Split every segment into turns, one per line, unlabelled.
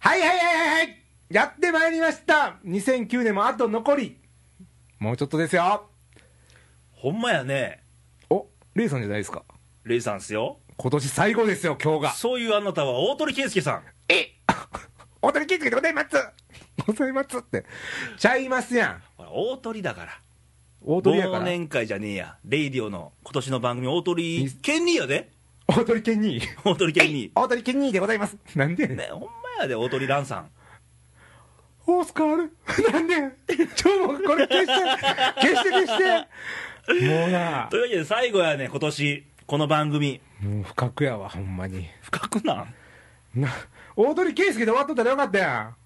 はいはいはいはいはいやってまいりました2009年もあと残りもうちょっとですよ
ほんまやね
おレイさんじゃないですか
レイさんっすよ
今年最後ですよ今日が
そういうあなたは大鳥圭介さん
え大鳥圭介でございますございますってちゃいますやん
ほら大鳥だから
大鳥やか
忘
ら
年会じゃねえやレイディオの今年の番組大鳥健二やで
大鳥健二
大鳥健二
大鳥健二でございますなんでやねん
ねほんまやで大鳥蘭さん
オースカールなんでちょ、もうこれ消して、消して消して。もうな
と、いうわけで最後やね今年この番組
もう不覚やわ、ほんまに。
深くなん
な、大鳥圭介で終わっとったらよかったやん。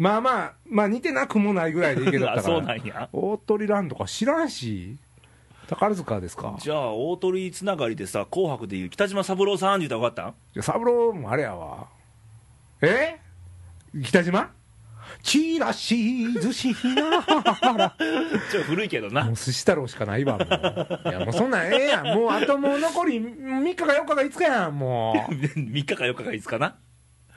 まあまあ、まあ似てなくもないぐらいでいけた
あ
から。
そうなんや
大鳥ランとか知らんし、宝塚ですか。
じゃあ大鳥つながりでさ紅白でいう北島三郎さんって言ったら分かっ
いや三郎もあれやわ。え北島チラシ寿司ひな
たんちょっと古いけどな
もう寿司太郎しかないわ、もう。いや、もうそんなんええやん。もうあともう残り3日か4日か5日やん、も う。
3日か4日か5日な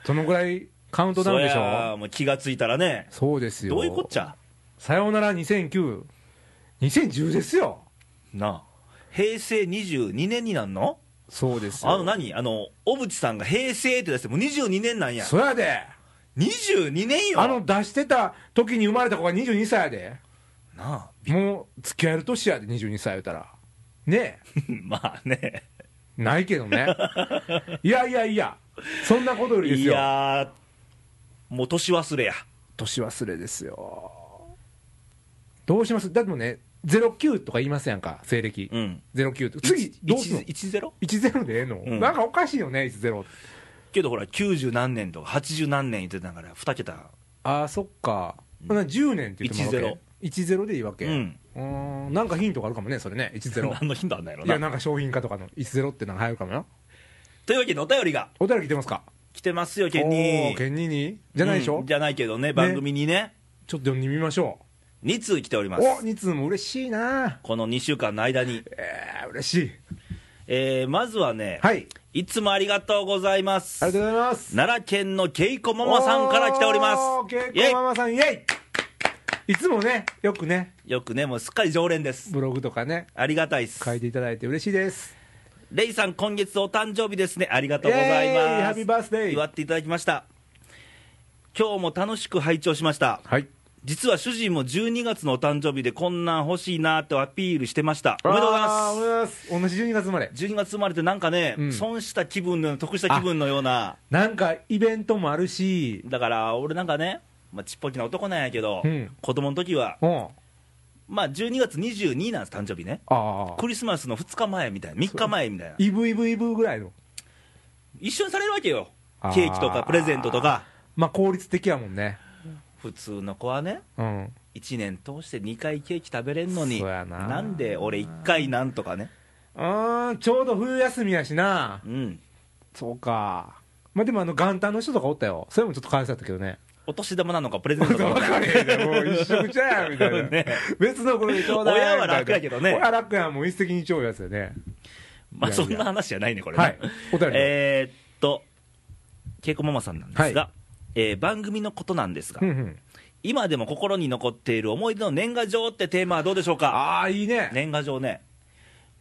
そのぐらいカウントダウンでし
そりゃ
ょ。
あもう気がついたらね
そうですよ。
どういうこっちゃ
さようなら2009。2010ですよ。
なあ平成22年になんの
そうですよ。
あの何あの小渕さんが平成って出してもう22年なんや
そやで。
22年よ
あの出してた時に生まれた子が22歳やで。
なあ
もう付き合える年やで、22歳言うたら。ね
まあね
え。ないけど ね。いやいやいや。そんなことよりです
い
よ。
やーもう年忘れや
年忘れですよどうしますだってもうね09とか言いますやんか西暦、
うん
09って次どうすんの
10?
10でええの、
ん
なんかおかしいよね10って
けどほら90何年とか80何年言ってたから2桁
ああそっかほな10年って言ってもらうわけ10でいいわけ
うん
ーんなんかヒントがあるかもねそれね10
何の頻度あんなんやろ
いやな
な
んか商品化とかの10ってなんか入るかもよ
というわけでお便りが
お便り来てますか
来てますよケンニー
ケンニーにじゃないでしょ、
うんじゃないけどね番組にね
ちょっと読んでみましょ
2通来ており
う
ます
お2通も嬉しいな
この2週間の間に
えー、嬉しい
えーまずはね
はい
いつもありがとうございます
ありがとうございます
奈良県のけいこママさんから来ております
おー
イエ
けいこママさん、イエイいつもね、よくね、
イよくねもうすっかり常連です
ブログとかね、
ありがたいです
書いていただいて嬉しいです。
レイさん今月お誕生日ですねありがとうござい
イエーイハ
ま
ッピ
す
ーバースデー
祝っていただきました今日も楽しく拝聴しました
はい。
実は主人も12月のお誕生日でこんなん欲しいなとアピールしてましたおめでとうござい
あーおめでとう
ま
ございます。同じ12月生まれ。
す12月生まれってなんかね、
うん
損した気分のような得した気分のような
なんかイベントもあるし、
だから俺なんかね、まあ、ちっぽきな男なんやけど、
うん
子供の時は
うん。あ
まあ12月22なんです誕生日ね
あ。
クリスマスの2日前みたいな3日前みたいな
イブイブイブぐらいの。
一緒にされるわけよ
あー
ケーキとかプレゼントとか
まあ効率的やもんね。
普通の子はね
うん。
1年通して2回ケーキ食べれんのに
そうやな
なんで俺1回なんとかね
うーん、ちょうど冬休みやしな。
うん
そうか。まあでもあの元旦の人とかおったよ。それもちょっと感謝だったけど ね。
お年玉なのかプレゼントなの
わ
か
かれへんねもう一緒じゃんみたいな、
ね
別の頃にちょうだい
親は楽やけどね
親は楽やんもう一石二鳥やつよね
ま
い
あ
やいや
そんな話じゃないねこれね
はいお便りを
えーっとけいこママさんなんですが、
は
えー番組のことなんですが、
うんうん
今でも心に残っている思い出の年賀状ってテーマはどうでしょうか
ああいいね
年賀状ね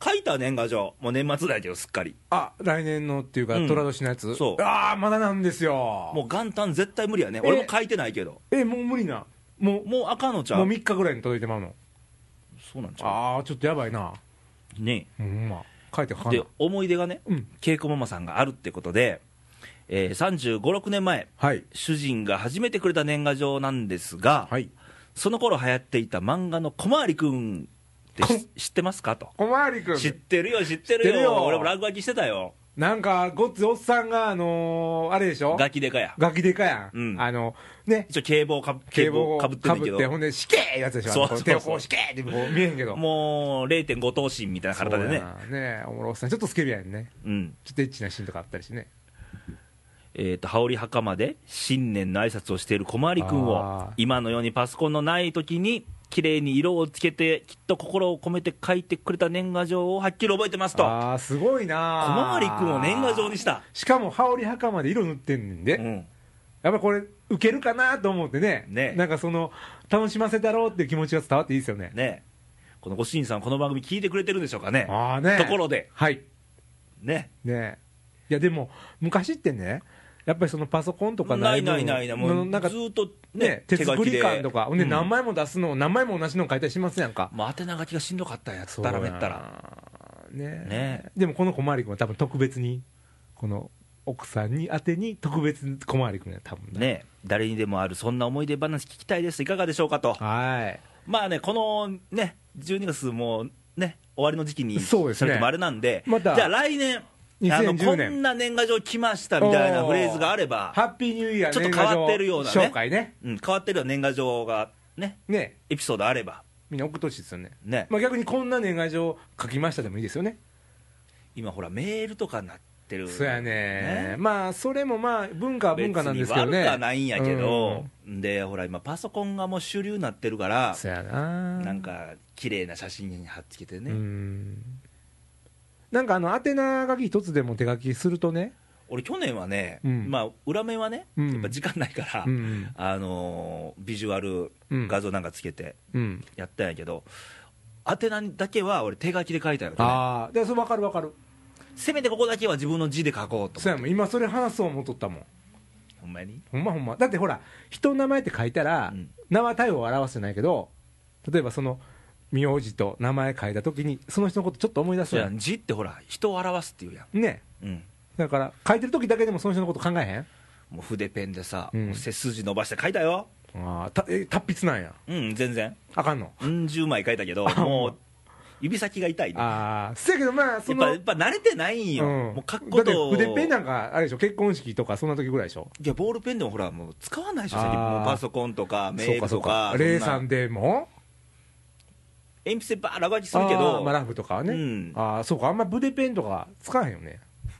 書いた年賀状もう年末だけどすっかり
あ来年のっていうか
うん
寅年のやつ、
そう
ああまだなんですよ
もう元旦絶対無理やね
え
俺も書いてないけど
えもう無理なもう
もう赤のちゃ
も
う
う3日ぐらいに届いてまうの
そうなんちゃ
ああちょっとやばいな
うね
ほんま書いて書かん
で
な
思い出がね
うん
恵子ママさんがあるってことで、え3 5 6年前
はい
主人が初めてくれた年賀状なんですが、
はい
その頃流行っていた漫画の「小回りくん」って
こ
し知ってますかと
小回りくん
知ってるよ知ってる
知っ
よ
てるよ
俺も落書きしてたよ
なんかごっつおっさんがあのーあれでしょ
ガキデカや
ガキでかやん、
うん
あのね
一応警棒か警
警棒
棒
を
か
か
ぶ
ぶ
っ
ってて
んねんけど
ほんで死刑やつでしょ
そう
あの
そうそう
手をこう死刑ってこう見えへんけど
もう0.5頭身みたいな体で
そ
ね
うやなねえおもろおっさんちょっとスケベやんね
うん
ちょっとエッチなシーンとかあったりしてね
えー、と羽織袴で新年の挨拶をしている小回り君を
あー
今のようにパソコンのない時に綺麗に色をつけてきっと心を込めて書いてくれた年賀状をはっきり覚えてますと小
ああすごいな
回り君を年賀状にした
しかも羽織袴で色塗ってんねんで、
うん
やっぱこれ、受けるかなと思ってね
ね
なんかその、楽しませたろうっていう気持ちが伝わっていいですよね。
ねこのご主人さん、この番組聞いてくれてるんでしょうかね、
ああね。
ところで、
はい。
ね、
ねいや、でも、昔ってね、やっぱりそのパソコンとか
ない
分
ないないない、も
の
う
なんか
ず、っとね
ね、、手作り感とか、ほんで
うん
何枚も出すのを何枚も同じのを書いたりしますやんか。
もう宛名書きがしんどかったんやつったらめったら、
そうやな。ね
ね
でもこの小回り君は多分特別に、この奥さんに宛てに特別に小回り君や、多分ね。
ね、誰にでもあるそんな思い出話聞きたいです、いかがでしょうかと、
はい。
まあね、このね、12月もうね、終わりの時期に
そうですね
されてもあれなんで、
また
じゃあ来年、あのこ
2010年
んな年賀状来ました みたいなフレーズがあれば、
ハッピーニューイヤー
ちょっと変わってるようなね
年賀状紹介ね。
うん、変わってるような年賀状がね、
ね、
エピソードあれば、
みんな送ってほしいですよね。
ね、
まあ逆にこんな年賀状書きましたでもいいですよね。
今ほら、メールとかなってる、
そうやねまあそれもまあ文化は文化なんですけど
別
ね。
に悪くはないんやけ
う
ど
ん、
でほら今パソコンがもう主流になってるから
そうやな。
なんか綺麗な写真に貼っつけてね、
うん。なんかあの宛名書き一つでも手書きするとね、
俺去年はね、
うん
まあ裏面はね、
うん
やっぱ時間ないから、
うん
あのービジュアル
うん
画像なんかつけて
うん、
やったんやけど、宛名だけは俺手書きで書いたよ、ね、
ああ、でそれ分かる分かる、
せめてここだけは自分の字で書こうと
そう
思
やもん、今それ話そう思っとったもん、
うほんまに
ほんまほんま、だってほら、人の名前って書いたら、
うん
名は体を表すじゃないけど、例えばその名字と名前書いたときに、その人のことちょっと思い出す
そうや
や
ん
ん、
字ってほら人を表すっていうやん、
ね、
うん、
だから書いてるときだけでもその人のこと考えへん
もう筆ペンでさ、
うん
背筋伸ばして書いたよ
あーたえ達筆なんや、
うん全然
あかんの。
うん10枚書いたけど
あ
もう指先が痛いねやっ
ああ、せやけどまあ、そ
ぱ
の、
やっぱ慣れてないんよ、
うん
もう書くことを
だって筆ペンなんか、あれでしょ、結婚式とか、そんな時ぐらいでしょ。
いや、ボールペンでもほら、もう使わないでしょ、
あー
最近もうパソコンとか、メール
そう
と
か
か、
そうか、レイさん
そ
でも
な鉛筆でばー落書きするけ
あー
ど、
まあ、ラフとかはね、
うん
ああそうかあんま筆ペンとか使わへんよね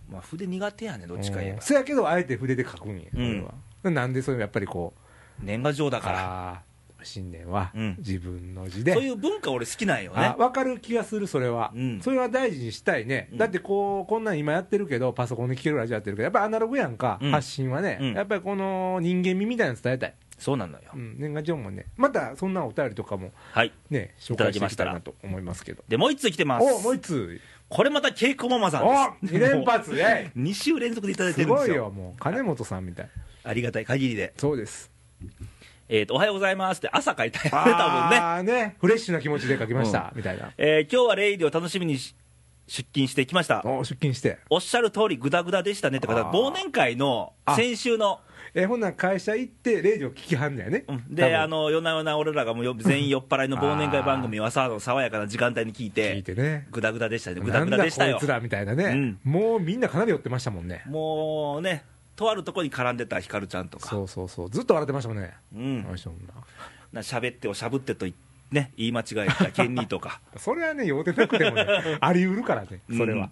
まあ、筆苦手やね、どっちか言え
うん
ば、
そやけどあえて筆で書くんや、
うん
俺はななんでそれやっぱりこう
年賀状だか
あー新年は
うん
自分の字で、
ら、そういう文化、俺、好きなんよ
あ
ね、
分かる気がするそれは、
うん
それは大事にしたいね、
うん
だってこうこんなん今やってるけどパソコンで聴けるラジオやってるけどやっぱアナログやんか、
うん
発信はね、
うん
やっぱりこの人間味みたいなの伝えたい、
そうなのよ
う、ん、年賀状もねまたそんなお便りとかも
はい、
ね紹介していきたいなと思いますけど
でもう一つ来てます、
おもう一つ
これまた、稽古ママさん
お
です、
二連 発えい
2週連続でいただいて
す
るんで
ごい
すよ、
よ、もう金本さんみたい、
ありがたい限りで、
そうです、
えーと、おはようございますって、朝書いたよね、多分ね。
あーね、フレッシュな気持ちで書きました、みたいな、
えー今日はレイディを楽しみにし出勤してきました。
お出勤して、
おっしゃる通り、ぐだぐだでしたねって方、
あー
忘年会の先週の、
えほんなら会社行って、レイジを聞きはんねやね
う、ん
多
で、
分
あの夜な夜な俺らがもうよ全員酔っ払いの忘年会番組を朝の爽やかな時間帯に聞い
聞い
て、
てね、
ぐだぐだでしたね、ぐ
な
だ
ん
ぐ
だ
だ
こ
でした
い
よ
つ。らみたいなね、
うん
もうみんなかなり寄ってましたもんね、
もうね、とあるとこに絡んでたひかるちゃんとか、
そうそうそう、ずっと笑ってましたもんね、
うん
あの人もな
な喋ってをしゃぶってといね、言い間違えたケンニー とか、
それはね、酔うてなくて もね、あり得るからね、それは、もう。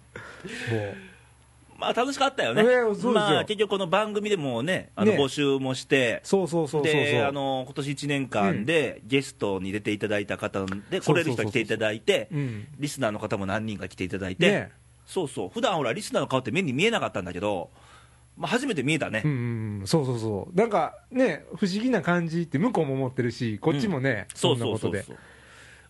まあ楽しかったよね、
ねそうですよ
まあ結局、この番組でもね、あの
ね
募集もして、
そうそうそうそうそう
であの今年1年間でゲストに出ていただいた方で、来れる人は来ていただいて
そうそうそうそううん、
リスナーの方も何人か来ていただいて、
ね
そうそう、普段ほら、リスナーの顔って目に見えなかったんだけど、まあ、初めて見えたね、
うんうんうん、そうそうそう、なんかね、不思議な感じって向こうも思ってるし、こっちもね、
そう
そん
そ
な
う
こと
そう
で
そ、う、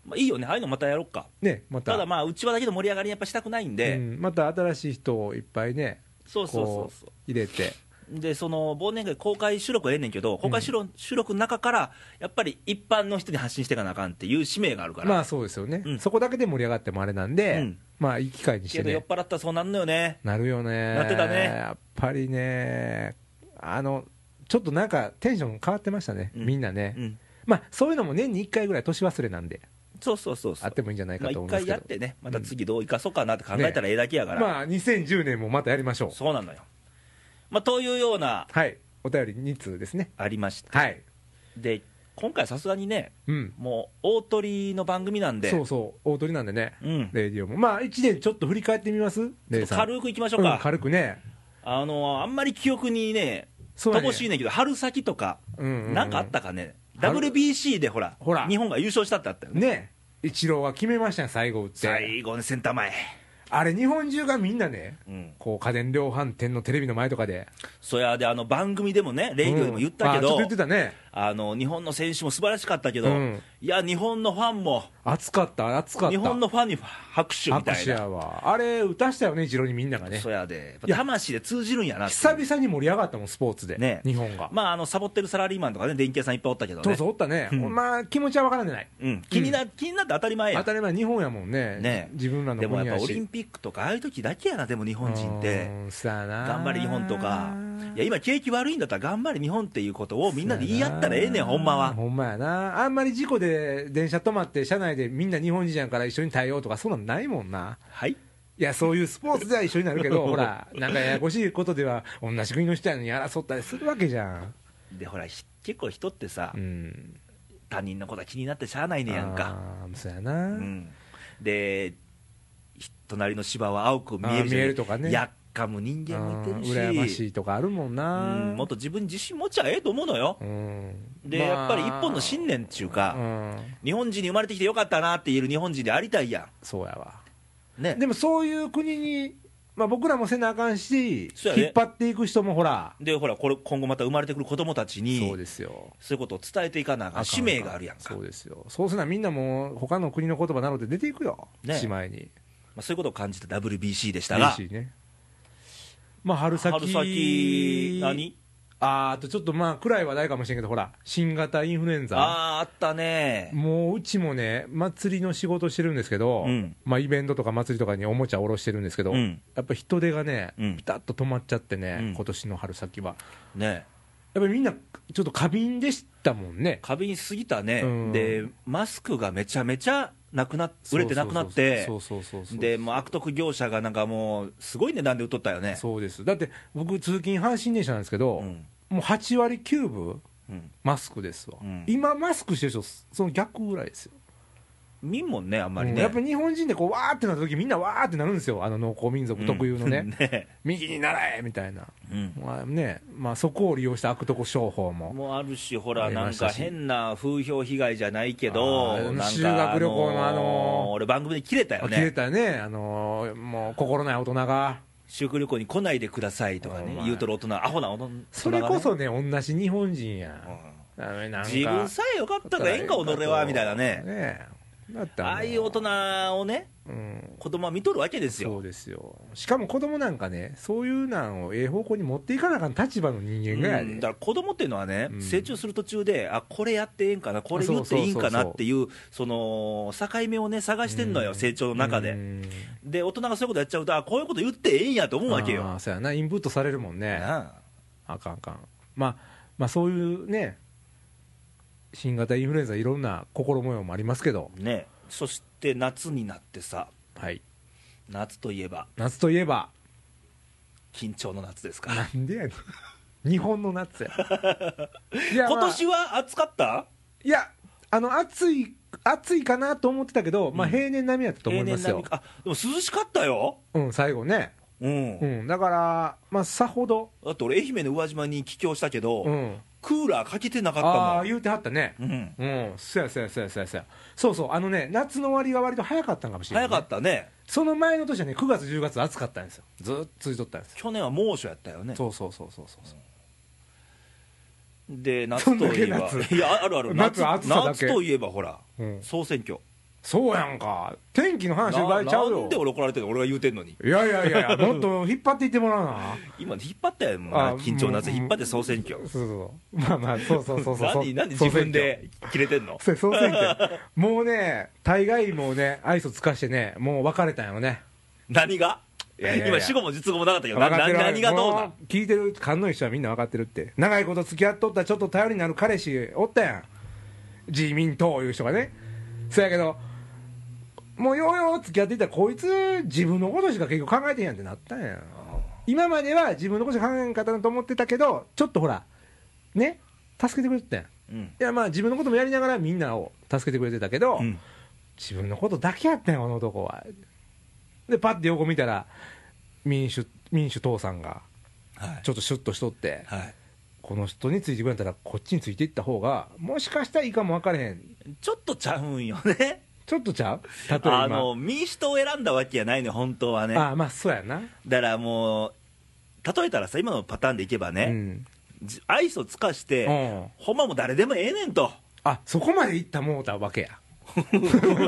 まあ、いいよね、ああいうのまたやろうか、
ね、また、
ただまあ、うちわだけの盛り上がりやっぱしたくないんで、
うんまた新しい人をいっぱいね、
そうそうそうそ
こ
う
う入れて、
でその忘年会、公開収録はええねんけど、公開収録,、収録の中から、やっぱり一般の人に発信していかなあかんっていう使命があるから、
まあそうですよね、
うん
そこだけで盛り上がってもあれなんで、
うん
まあいい機会にして
けど酔っ
ね、
払ったらそうなんのよね、
なるよね、
なってたね
やっぱりね、あのちょっとなんかテンション変わってましたね、
うん
みんなね、
うん、
まあそういうのも年に1回ぐらい、年忘れなんで、
そうそうそうそ
あ
う
ってもいいんじゃない
ま
かと
あ、一
思いま
回
すけ
や
ど
っ、てね、また次どう生かそうかなって考えたらええだけやから、
まあ2010年もまたやりましょう。
そうなのよ。まあ、というような、
はい、お便り2通ですね。
ありまして、
はい、
で今回、さすがにね、
うん、
もう大鳥の番組なんで、
そうそう、大鳥なんでね、
うん
レイディオも、まあ、1年ちょっと振り返ってみます、レイさん。
軽くいきましょうか、
うん軽くね、
あのあんまり記憶にね、
そうやね
乏しいねんけど、春先とか、
うんうんうん
なんかあったかね、
春
WBC でほら
ほら
日本が優勝したってあったよね、
ね、イチローは決めましたね、最後打って、
最後ね、センター前、
あれ日本中がみんなね、
うん
こう家電量販店のテレビの前とかで
そやであの番組でもね、レイディオでも言ったけ
うんあちょっ
ど、
と言ってたね
あの日本の選手も素晴らしかったけど、
うん
いや、日本のファンも、
熱かった熱かった
日本のファンに拍手みた
拍
い
手
な、
やわあれ打たしたよね一郎にみんながね
そやで、
いや
魂で通じるんやなっていう
久々に盛り上がったもんスポーツで、
ね
日本が、
まあ、あのサボってるサラリーマンとかね、電気屋さんいっぱいおったけど
ど
ね
う、ぞおったね、
うん
まあ気持ちは分からんでない
うん、気にな、気になって当たり前や
当
ん、
たり前日本やもんね
ね
自分らの
でも
国
やっ
や
ぱ
し
オリンピックとか、ああいう時だけやな、でも日本人って。
うんさあな
頑張れ日本とか、いや今、景気悪いんだったら、頑張れ日本っていうことをみんなで言い合ったらええねん、ほんまは。
ほんまやなあんまり事故で電車止まって車内でみんな日本人やから一緒に対応とかそんなんないもんな
はい
いやそういうスポーツでは一緒になるけ どほらなんかややこしいことでは同じ国の人やのに争ったりするわけじゃん
でほらひ結構人ってさ、
うん
他人のことは気になってしゃあないねやんか、
あーそうやな、
うん、でひ隣の芝は青く見え
あー
るじゃん
見えるとかね
やっかむ人間もいてるし
うん羨ましいとかあるもん
う
な、
んもっと自分に自信持ちゃええと思うのよ
うん
で、
まあ
やっぱり一本の信念っていうか、
うん
日本人に生まれてきてよかったなっていう日本人でありたいや
そうやわ
んね
でもそういう国に、まあ、僕らもせなあかんし、
そうやね
引っ張っていく人もほら、
でほらこれ今後また生まれてくる子供たちに
そうですよ。
そういうことを伝えていかなあかん使命があるやんか、
そ
ま
うですよ。そうすなみんなもう他の国の言葉なので出ていくよ。
ね
しまいに。
あ、そういうことを感じた WBC でしたが
嬉しいね。まあ春先。
春先何
あーあとちょっとまあ暗い話題かもしれんけど、ほら、新型インフルエンザ。
ああーあったね
もううちもね、祭りの仕事してるんですけど、
うん
まあ、イベントとか祭りとかにおもちゃおろしてるんですけど、
うん
やっぱ人手がね、
うん
ピタッと止まっちゃってね、
うん
今年の春先は。
ね
やっぱりみんな、ちょっと過敏でしたもんね。
過敏すぎたね、
うん
でマスクがめちゃめちゃなくなっ売れてなくなって
そうそうそうそう
でもう悪徳業者がなんかもうすごい値段で売っとったよね
そうです。だって、僕、通勤阪神電車なんですけど、
ん
もう8割9分、
うん
マスクですわ、
うん
今、マスクしてる人、その逆ぐらいですよ。
見んもんねあんまり
うん
ね、
やっぱり日本人でこうわーってなった時みんなわーってなるんですよ、あの農耕民族特有のね、
うんね
右に習えみたいな、
うん
まあねまあ、そこを利用した悪徳商法も、
もうあるしほら
あり
な
ま
ん
し
か
たし
変な風評被害じゃないけど
あー
なんか
修学旅行のあのー
俺番組で切れたよ
切れ
ね
たね、あのーもう心ない大人が、
修学旅行に来ないでくださいとか
お
ね
前
言うとる大人アホな大人がね
それこそね、同じ日本人
う
や、
ん
あのねなんか
自分さえよかったらええんか俺はみたいなね
だっての
ああいう大人をね
うん、
子供は見とるわけですよ
そうですよ、しかも子供なんかね、そういうなんをええ方向に持っていかなあかん立場の人間がや
う
で、
んだから子供っていうのはね、
うん
成長する途中で、あこれやってええんかな、これ言っていいんかなっていう、その境目をね、探してんのよ、
うん
成長の中
う
で。
ん
で、大人がそういうことやっちゃうと、あこういうこと言ってええんやと思うわけ
あー
よ。
そうやな、インプットされるもんね。
なあ
あかんあかん、まあ、まあそういうね新型インフルエンザいろんな心模様もありますけど、
ね、そして夏になってさ、
はい、
夏といえば、
夏といえば
緊張の夏です
な
か。
んでやねん 日本の 夏やいやまあ
今年は暑かった
いやあの暑い暑いかなと思ってたけど、まあ、
うん
平年並みやったと思いますよ、
か。あでも涼しかったよ。
うん、最後ね、
うん。
うん、だから、まあ、さほど、
だって俺、愛媛の宇和島に帰郷したけど、
うん、
クーラーかけてなかったもん。
ああ言うてはったね、
うん、
うん、そやそやそやそやそや、そうそう、あのね、夏の終わりが割と早かったんかもしれな
早
い、
かったね。
その前の年はね、9月、10月、暑かったんですよ、ずっと続いとったんですよ、
去年は猛暑やったよね。
そうそうそうそうそう、
で夏といえば
どんだけ夏
いやあるある
夏
夏
は
夏
暑さだけ
といえばほら、
うん
総選挙
そうやんか、天気の話、奪いちゃう
なんで
よ、
俺怒られてるの俺が言うてんのに
いやいやいや、もっと引っ張っていってもらうな、
今引っ張ったよもうな
あ
緊張の夏
もう
引っ張って総選挙
そうそうそう、まあまあ、そうそうそうそう、
何何自分で切れてんの
そう、そう選挙、もうね、大概もうね、愛想つかしてね、もう別れたんよね、
何が
いやいやいや
今死後も実語もなかったけどな
分かって
な
る
何がどう
もう聞いてる勘のいい人はみんな分かってるって長いこと付き合っとったちょっと頼りになる彼氏おったやん自民党いう人がねそやけどもうようよう付き合っていったらこいつ自分のことしか結局考えてんやんってなったんやん今までは自分のことしか考えんかったなと思ってたけどちょっとほらね助けてくれてたやんい
なん
やまあ自分のこともやりながらみんなを助けてくれてたけど、
うん、うん、
自分のことだけやったんやこの男はでパッて横見たら民主民主党さんが
はい
ちょっとシュッとしとって、
はい
この人についてくれたらこっちについていった方がもしかしたらいいかも分からへん
ちょっとちゃうんよね
ちょっとちゃう例えば
あの民主党を選んだわけやないね、本当はね、
ああまあそうやな、
だからもう、例えたらさ、今のパターンでいけば
う
ね、
ん
じ愛想つかし
う
て、
ん、
ほんまもう誰でもええね んと、
あそこまで行ったもうたわけ や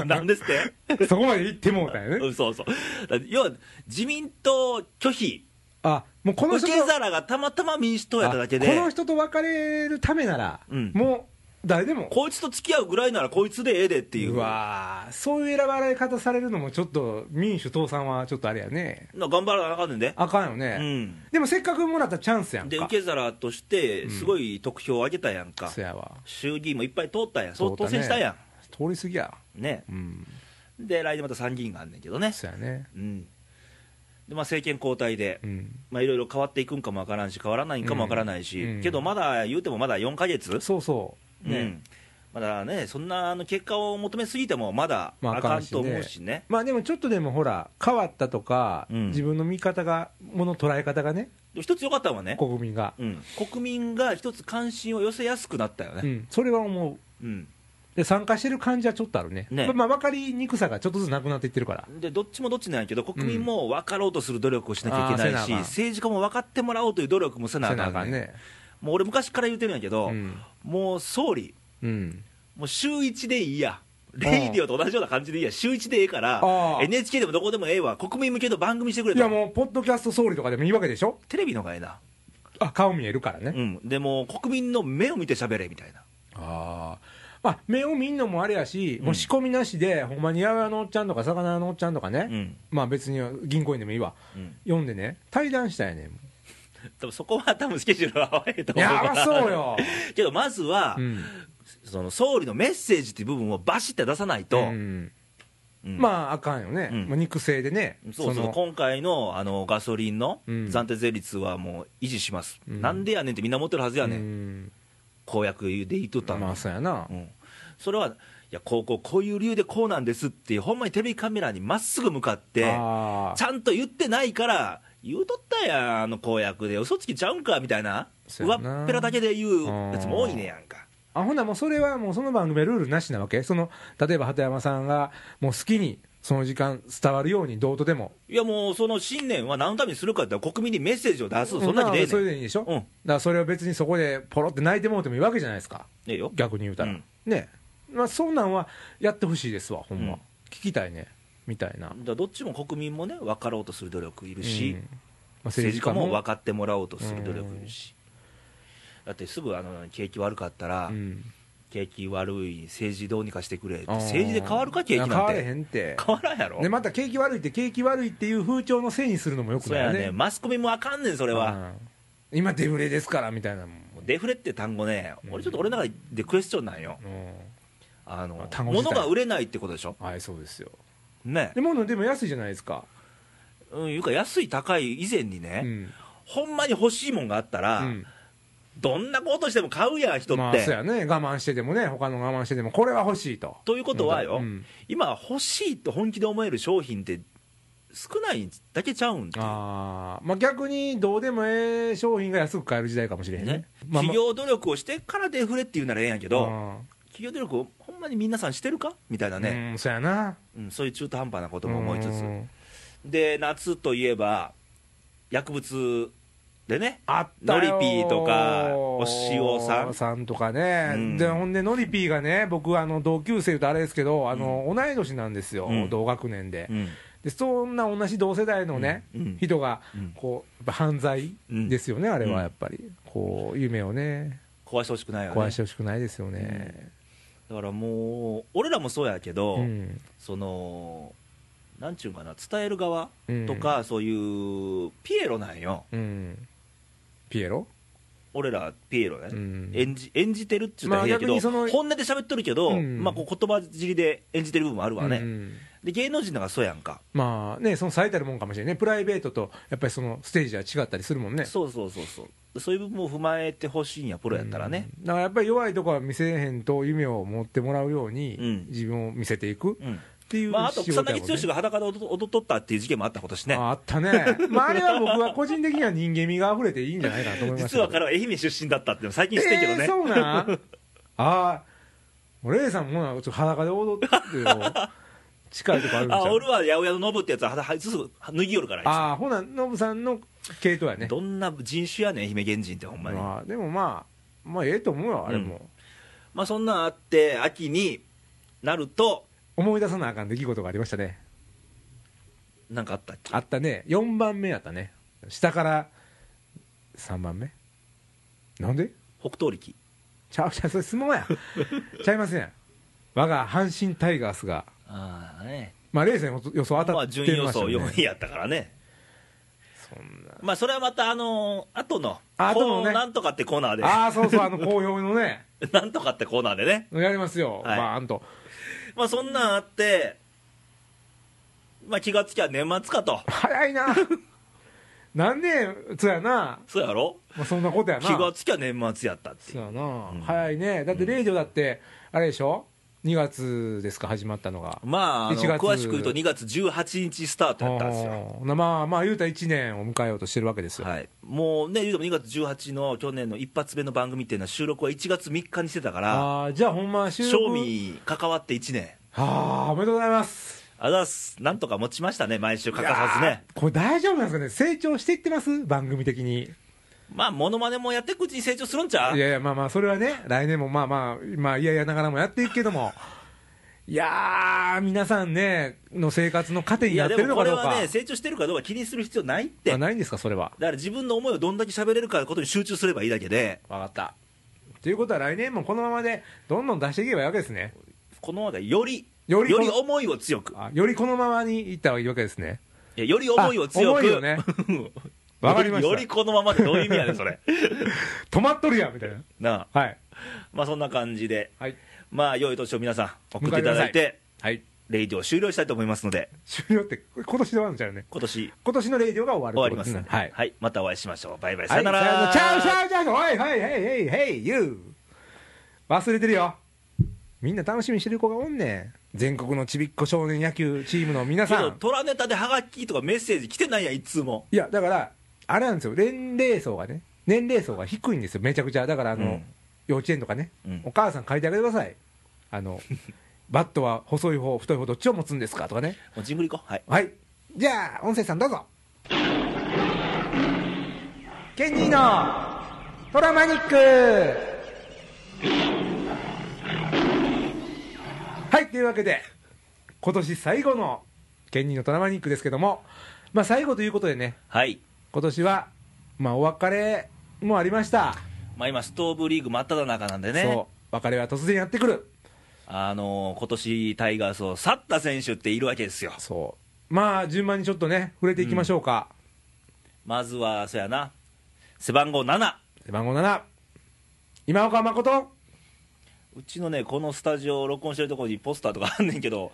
なんですって、
そこまで行ってもうたよ
う
ね
んそうそう、だって要は自民党拒否、
あもうこの
受
人
け
と
皿がたまたま民主党やっただけ
あ
で
この、人と別れるためなら、
うん
もう誰でも
こいつと付き合うぐらいなら、こいつでええでっていう。
うわーそういう選ばれ方されるのもちょっと民主党さんはちょっとあれやね
な頑張らなあかんねんで、
あかんよね、
う
でもせっかくもらったチャンスやん
ん、
か
で受け皿として、すごい得票を上げたやんか、
そやわ
衆議院もいっぱい通ったやん、そう
通っ
当
たね
選したや
通り過ぎや
ん、ね、
うん
で、来年また参議院があんねんけどね、
そやね
うん、でまあ、政権交代で
う、ん
まあいろいろ変わっていくんかもわからんし、変わらないんかもわからないし、
うん
けど、まだ言うてもまだ4ヶ月、
そうそうね、
うんまだね、そんなあの結果を求めすぎても、まだ
まあ
あかんと思うしね、
まあでもちょっとでもほら変わったとか、
うん
自分の見方がもの捉え方がね
で一つ良かったのはね、
国民が、
うん、国民が一つ関心を寄せやすくなったよ
う
ね。
ん、それは思う
うん
で参加してる感じはちょっとあるね
ね
まあ、分かりにくさがちょっとずつなくなっていってるから
でどっちもどっちなんやけど、国民も分かろうとする努力をしなきゃいけ
あーせ
ないし、
なあかん
政治家も分かってもらおうという努力もせなあかんねん
ね
もう俺、昔から言ってるんやけど、
うん、
もう総理、
うん、
もう週1でいいや、レイディオと同じような感じでいいや、週1でええから
あ、ー
NHK でもどこでもええわ、国民向けの番組してくれ
いや
と、
もうポッドキャスト総理とかでもいいわけでしょ
テレビの方がええな、
あ顔見えるからね、
うん、でもう国民の目を見て喋れみたいな、
あーあ目を見んのもあれやし、もう仕込みなしで、ほんまに八百屋のおっちゃんとか、魚屋のおっちゃんとかね、
うん、
まあ別に銀行員でもいいわ、
うん、
読んでね、対談したんや ねん
多分そこは多分スケジュールは合わへんと
い
思うから
やー、そうよ、
けどまずは、
うん、
その総理のメッセージっていう部分をバシッて出さないと、
うん
うん
まああかんよね、
うん
まあ、肉声でね、
そうそう
の
今回のあのガソリンの
うん
暫定税率はもう維持します、
うん
なんでやねんってみんな思ってるはずやねん、
うん
公約で言っとったのに、
まあそうやな、
うん、それはいやこうこうこういう理由でこうなんですっていうほんまにテレビカメラにまっすぐ向かって
あ
ち
ー
ゃんと言ってないから言うとったやんあの公約で嘘つきちゃうんかみたいな
そう
上
や
っ
な
ぺらだけで言うやつも多いねやんか
あほんならもうそれはもうその番組はルールなしなわけ、その例えば鳩山さんがもう好きにその時間伝わるように、どうとでも、
いやもうその信念は何のためにするかって言ったら国民にメッセージを出すそんだけでえ
まあそれ
えねん
でいいでしょ、
うん
だからそれを別にそこでポロって泣いてもうてもいいわけじゃないですか、
ええよ
逆に言うたら、
うん
ねまあ、そんなんはやってほしいですわ、ほんま、
うん
聞きたいね、みたいな
だ、からどっちも国民もね分かろうとする努力いるし、
うんまあ
政治家も分
か
かってもらおうとする努力いるし、だってすぐあの景気悪かったら、
うん、
景気悪い、政治どうにかしてくれって、
あー
政治で変わるか、景気なん
い
て、
や変われへんって、
変わらんやろ、
でまた景気悪いって、景気悪いっていう風潮のせいにするのもよく
そう
ないよ
や
ね、
ね、マスコミもあかんねん、それは、
うん今、デフレですからみたいなもん、
もうデフレって単語ね
う、ん
俺、ちょっと俺の中でクエスチョンなんよ、
うん、
あの
単語自体
物が売れないってことでしょ、
はい、そうですよ、
ね、
でものでも安いじゃないですか、
うん、いうか、安い、高い以前にね、
うん
ほんまに欲しいもんがあったら、
うん
どんなことしても買うやん、人って。
まあ、そうやね、我慢しててもね、他の我慢してても、これは欲しいと。
ということはよ、
うん
今、欲しいと本気で思える商品って、少ないだけちゃうんっていう
あーまあ、逆にどうでもええ商品が安く買える時代かもしれへんね。
ね、
まあ
企業努力をしてからデフレって言うならええんやけ
ま
ど、
あ
企業努力をほんまに皆さんしてるかみたいな
うん、
ね、
うん、そうやな。
うんそういう中途半端なことも思いつつ、
うん
で夏といえば、薬物でね、
あったよ
のりぴーとかお塩さん
とかね、
うん
でほんでのりぴーがね僕あの同級生とあれですけどあの、同い年なんですよ、
うん
同学年で,、
うん
でそんな同じ同世代のね、
うんうん
人が
うん
こうやっぱ犯罪ですよね、あれ
うん
はやっぱりこう夢をね
壊してほしくないよね、
壊してほしくないですよね、
だからもう、俺らもそうやけど、
うん
その、なんちゅうんかな、伝える側とか、そういうピエロなんよ、
うん、ピエロ、
俺らピエロね。
うん
演じ演じてるって言ったら変やけ
ま
ど、
あ逆にその
本音で喋っとるけど、
うん
まあ、こう言葉尻で演じてる部分もあるわね、
うん
で芸能人なんかそうやんか、
まあね、その最たるもんかもしれないね、プライベートとやっぱりそのステージは違ったりするもんね、
そうそうそうそうそういう部分も踏まえてほしいんやプロやったらね、
うん、だからやっぱり弱いとこは見せへんと、夢を持ってもらうように、
うん
自分を見せていくっ
うん
ていう
まあ、あと
仕事
草
やもんね
薙剛が裸で踊踊っとったっていう事件もあったことしね
ああったね、まあ、あれは僕は個人的には人間味が溢れていいんじゃないかなと思いました
実は彼は愛媛出身だったっていうの最近知ってんけどね、
えーそうなんああレイさんもほなちょっと裸で踊って よ近いとこあるんじゃ
あ
ん
俺は八百屋のノブってやつはははすぐ脱ぎよるからあい
ああほなノブさんの系統や
つ
ね
どんな人種やねん姫源人ってほんまに
まあ、でもまあまあええと思うよあれも、
まあそんなんあって秋になると
思い出さなあかん出来事がありましたね
なんかあったっけ
あったね4番目やったね下から3番目なんで
北東力
ちゃうちゃうそれ相撲 やちゃいません我が阪神タイガースが
ああね
まあ冷静に予想当
ま
た
あ
って
準
ましたよね、
予想4位やったからね
そんな
まあそれはまたあのー後の
あ後のね
こうなんとかってコーナーで
ああそうそうあの好評のね
なんとかってコーナーでね
やりますよ、
はい
バーンと
まあそんなんあってまあ気がつきゃ年末かと
早いななんでそうやな、
そうやろ
まあ、そんなことやな
気がつきゃ年末やったっていう
そうやな、
ん
早いねだってレイジオだってあれでしょ2月ですか始まったのが
まああの
1月
詳しく言うと2月18日スタートやったんですよ
あーまあまあ言うたら1年を迎えようとしてるわけですよ、
はい、もうね、言うても2月18の去年の一発目の番組っていうのは、収録は1月3日にしてたから、
ああじゃあほんま収
賞味関わって1年、
ああおめでとうございます
あざっす、なんとか持ちましたね、毎週欠かさずね、
いやーこれ大丈夫なんですかね成長していってます番組的に
まあ、ものまねもやっていくうちに成長するんちゃ
いうやいやまあまあそれはね来年もまあまあまあいやいやながらもやっていくけどもいやー皆さんねの生活の糧になって
で
るの
も
か
これ
どうか
はね、成長してるかどうか気にする必要ないって、
あ
だか
ないんですかそれは
ら自分の思いをどんだけ喋れるかことに集中すればいいだけで、
分かったということは来年もこのままでどんどん出していけばいいわけですね
このままでより、よ
よ
り
りこ
思いを強く、
あよりこのままにいったらいいわけですね
いやより思いを強
あ思
く、
いを ねわかりました
よりこのままでどういう意味やねん、それ。
止まっとるやんみたいな
な
はい
あ、まあそんな感じで。
はい
まあ、良い年を皆さん、送っていただい
迎
て、
はい
レイディオ終了したいと思いますので、
終了ってこれ今年で終わるんちゃうよね
今年
今年のレイディオが終わる
終わります
ね
ので、
はい
またお会いしましょう。バイバイ、さ
はい
よなら。
チャウチャウチャウおいはいはいはいはいユー忘れてるよみんな楽しみにしてる子がおんねん全国のちびっこ少年野球チームの皆
け
さ
ど、
ん
トラネタでハガキとかメッセージ来てないやん、いつも。
いやだからあれなんですよ年齢層がね年齢層が低いんですよめちゃくちゃだからあの、
うん
幼稚園とかね、
うん
お母さん書いてあげてくださいあのバットは細い方太い方どっちを持つんですかとかね
もうジングル行こう。はい。
はいじゃあ音声さんどうぞケニーのトラマニックはいというわけで今年最後のケニーのトラマニックですけどもまあ最後ということでね
はい。
今年はまあお別れもありました、
まあ今、ストーブリーグ真っ只中なんでね
そ、う別れは突然やってくる
あのー今年タイガースを去った選手っているわけですよ。
そうまあ順番にちょっとね触れていきましょうか、
まずは、そやな、背番号7。
背番号7今岡誠
うちのね、このスタジオ、録音してるところにポスターとかあんねんけど、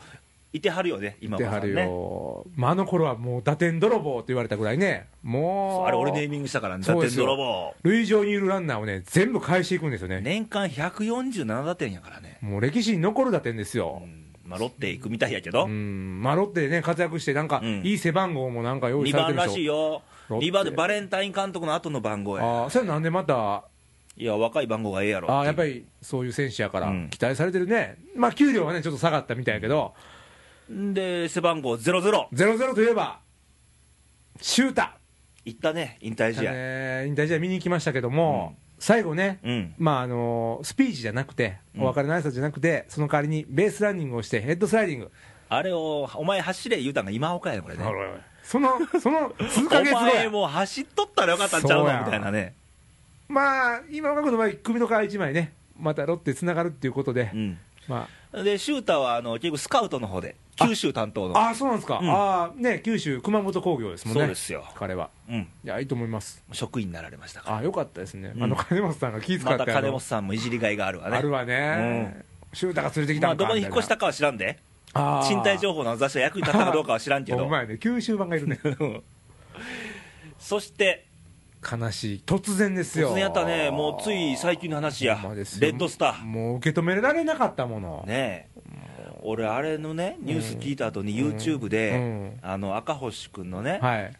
いてはるよね、今
って
岡
は
さ
る
んね。
よ、まあ、あの頃はもう打点泥棒と言われたぐらいね、もう、
あれ、俺ネーミングしたからね、打
そうで
点
すよ
泥棒。
塁上にいるランナーをね、全部返していくんですよね、
年間147打点やからね、
もう歴史に残る打点ですよ
う、んまあ、ロッテ行くみたいやけど、
うん、まあ、ロッテでね、活躍して、なんか、
うん
いい背番号もなんか用意
2
されて
番
るでし
ら
ょ、
しいよ、
ロッテ
2番でバレンタイン監督の後の番号や、
あーそれなんでまた、
いや、若い番号がええやろ
あーやっぱ
り
りそういう選手やから
うん、
期待されてるね、まあ、給料はね、ちょっと下がったみたいやけど、
で、背番号00、
0-0といえば、シュータ、
行ったね、引退試合、
ね引退試合見に行きましたけども、最後ね、
うん、
まああのスピーチじゃなくて、
うん
お別れの挨拶じゃなくて、その代わりにベースランニングをして、ヘッドスライディング、
あれを、お前、走れ言うたんが今岡やね、これね、
そのその数ヶ月
お
後
前、
や、
もう走っとったらよかったんちゃう
そう
の
や
みたいなね、
まあ、今岡君の場合、首の皮一枚ね、またロッテつながるっていうことで、
うん、
ま
で、シューターはあの結局、スカウトの方で、九州担当の、
あ、あーそうなんですか、
うん
あーね、九州、熊本工業ですもんね、
そうですよ
彼は。
うん、
いや、いいと思います。
職員になられましたから、
あーよかったですね、
うん
あの金本さんが気遣って
また
あ
金
の
本さんもいじりがいがあるわね。
あるわね、シュータが連れてきた
まあ、
のか
どこに引っ越したかは知らんで、
みたいなあー
賃貸情報の雑誌が役に立ったかどうかは知らんけ
お
ど、
前ね、九州版がいるね、
そして、
悲しい、突然です
突
よ。
然やったね、もうつい最近の話や、
ほんま
レ
ですよ
ッドスタ
もう受け止められなかったもの
ー、、ねえ、俺、あれのね、ニュース聞いた後に、YouTube
う
で
ん、
あの赤星君のね、
はい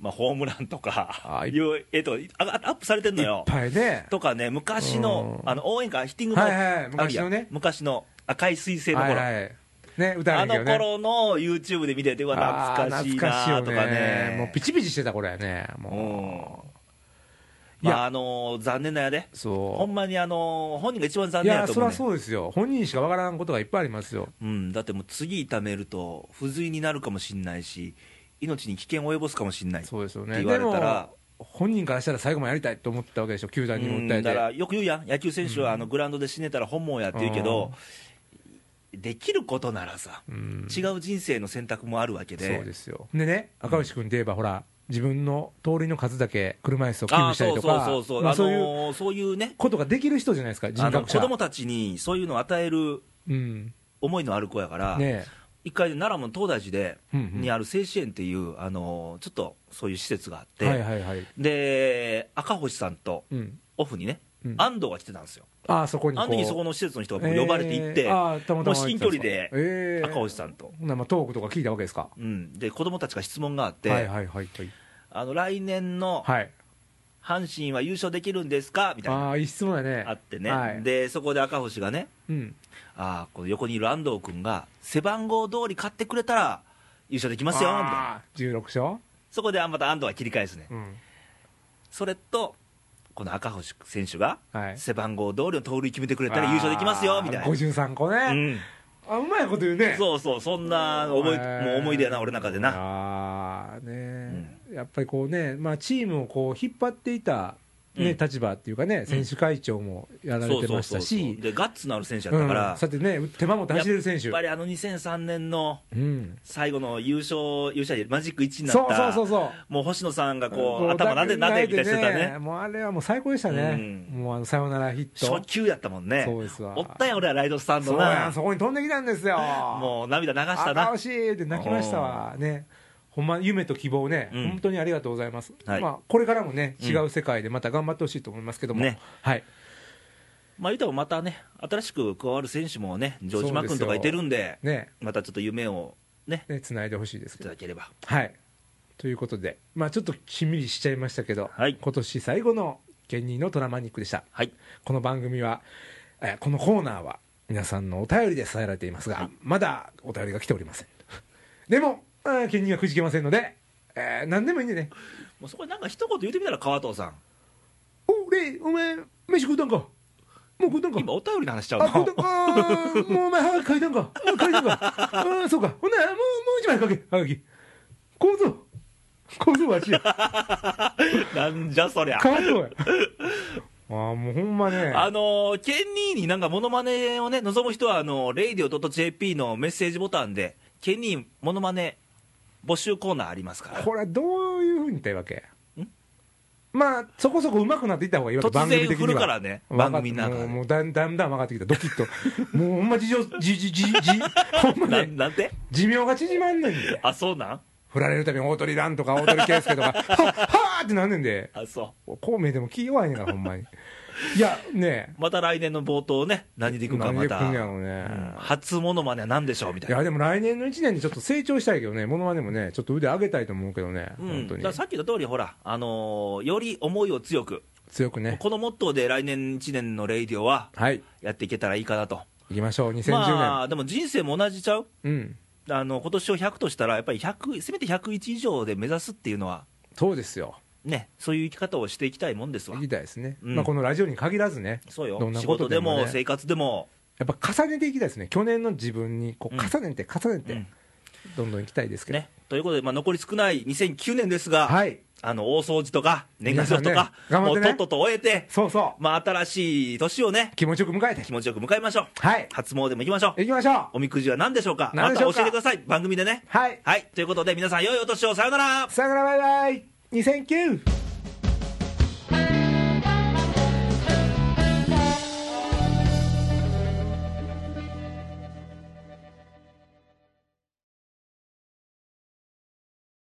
まあ、ホームランとか
あ、い
いう絵とかあがアップされてんのよ。
ぱいね
とかね、昔の
うん
あの応援歌、ヒッティング
はいはい
あるやん
昔のね
昔の赤い彗星の
はい
頃、
はいね歌わ
あ
なきゃ
の
ね
頃の YouTube で見てて、うわ、
あー
懐かしい
懐
なとか
かしいよ
ね。
もうピチピチしてた頃やね
う
も
ん
いや
まあ、あのー残念なんやで
う、そう
ほんまに、あのー本人が一番残
い
念や
や
と
そり
思う、
ゃ
ね
そうですよ本人しかわからんことがいっぱいありますよ
うん、だってもう次炒めると、不随になるかもしれないし、命に危険を及ぼすかもしれない、
そうですよ
っ
ね
て言われた
で
ら
も本人からしたら最後までやりたいと思ったわけでしょ球団にも
うん
訴え
だから
て
よく言うやん、野球選手はあのグラウンドで死ねたら本望やって言うけど、できることならさ、
うん
違う人生の選択もあるわけ
そう
で
で、すよでね赤星君といえばほら自分の盗塁の数だけ車椅子を寄付したり
そ
と
うそう
か
そうそう、
ま
あ
あそういう
のーそういうね、
ことができる人じゃないですか人
あの
格
子
者
供たちにそういうのを与える
うん
思いのある子やから、
ね
一回、奈良の東大寺で、
うんうん
にある聖子園っていう、あのーちょっとそういう施設があって、
はいはいはい
で赤星さんと
うん
オフにね、
うん
安藤が来てたんですよ、
ああそこにこう
あの時にそこの施設の人が僕呼ばれて行って、
えーあーたまた
もう
ま
至近距離で
えー
赤星さんと。
ほんならまあトークとか聞いたわけですか
うん、で子供たちが質問があって、
はいはいはいはい
あの来年の
はい
阪神は優質勝できるんですかみたいな
ああいい質問やね
あってね、
はい
でそこで赤星がね、
うん
あーこの横にいる安藤君が、背番号通り買ってくれたら優勝できますよみたいな、
あー16勝
そこであまた安藤が切り返すね、
うん
それと、この赤星選手が、
はい
背番号通りの盗塁決めてくれたら優勝できますよみたいな。
53個ね、
うん、
あうまいこと言うね
そうそう、そんな思い,、
へー
もう思い出やな、俺の中でな。
ああね、やっぱりこうね、まあ、チームをこう引っ張っていた、ね
うん
立場っていうかね選手会長もやられてましたし、
で、ガッツのある選手や
う
った
ん
から、
さてね手間も走れる選手
やっぱりあの2003年の
うん、
最後の優勝、優勝でマジック1にな
そ
っ
う
た、
そうそうそう
もう星野さんがこう、
こう
頭なでなでみたいにしてたね、
もうあれはもう最高でしたね、
う
もうあのサヨナラヒット
初球やったもんね、
そうですわ
おったよ、俺はライドスタンド
そうや
な、
んそこに飛んできたんですよ
もう涙流した
あ
な
惜、しいって泣きましたわねほんま夢と希望ね、
うん
本当にありがとうございます、
はい
まあ、これからもね
うん
違う世界でまた頑張ってほしいと思いますけども、
ね
はい
まあ、言うたらまたね、新しく加わる選手もね、城島君とかいてるんで、
ね
またちょっと夢をね、
ね繋いでほしいです
い
け
た
ど
だければ、
はいということでまあちょっとしんみりしちゃいましたけど、
はい
今年最後の「芸人のトラマニック」でした
はい、
この番組はえーこのコーナーは皆さんのお便りで支えられていますが、まだお便りが来ておりませんでもあー芸人はくじけませんので、えー何でもいいんでね
もうそこになんか一言言ってみたら、川藤さん、
おれお前飯食うたんかもう食うたんか
今、お便りの話しちゃう
あ食う
の
たん、かあーもうお前はがき書いたんか書いたんかあーそうかほんならもうもう一枚書けはがき構造構造わしや
なんじゃそりゃ。
変わっとうやあーもうほんまね
あのー、ケンニーになんかモノマネをね、望む人は、あのー、radio.jp のメッセージボタンで、ケンニーモノマネ募集コーナーありますから。
これはどういうふうに言ったらいいわけまあそこそこ上手くなっていった方がいいわけ
突然振るからね、
わ
番
かっ
組の中
もうも
で。
うだんだんだん分かってきたドキッともうほんま事情じじじじほんま
な
ね
なんて
寿命が縮まんねんで
あ、そうなん
振られるたびに大鳥蘭とか大鳥圭介とか、はっ はーってなんねんで、
あ、そ
孔明でも気弱いねんから、ほんまに。いや、ね
う。また来年の冒頭ね、何で
え、
いくか
何
ま
で来
た。
んねやろう
う
ね
ん。初モノマネは何でしょうみ
い
たいな。
や、でも来年の1年にちょっと成長したいけどね、ものまねもね、ちょっと腕上げたいと思うけどね、
う
本
ん、だ
当
か
に
ら。さっきの通り、ほら、あのーより思いを強く、
強くね。
このモットーで来年1年のレイディオは
はい、
やっていけたらいいかなと、
行きましょう、
ま
2010
あ、でも人生も同じちゃう、
年。うん、
あの今年を100としたら、やっぱり100、せめて101以上で目指すっていうのは、
そうですよ。
ね、そういう生き方をしていきたいもんですわ
行、きたいですね。
うん
まあ、このラジオに限らずね、
そうよ
どん、な
仕
こ
事
と
で
でもね
も生活でも、
やっぱ重ねていきたいですね。去年の自分に、こう、
うん
重ねて、重ね
う
て
ん、
どんどん行きたいですけど。
ね。ということで、まあ、残り少ない2009年ですが、
はい、
あの大掃除とか、年賀状とか、
皆さんね頑張
も
っ
う
てね
とっとと終えて、
そうそ
まあ、新しい年をね
う、、気持ちよく迎えて
気。持ちよく迎えましょう、
はい、
初詣も行きましょう、
行きましょう。
おみくじは何でしょうか、ま
何でしょ
た教
うか
えてください、番組でね。
はい。
はい、ということで、皆さん、良いお年を、さようなら。
さよならバイバイ 2009!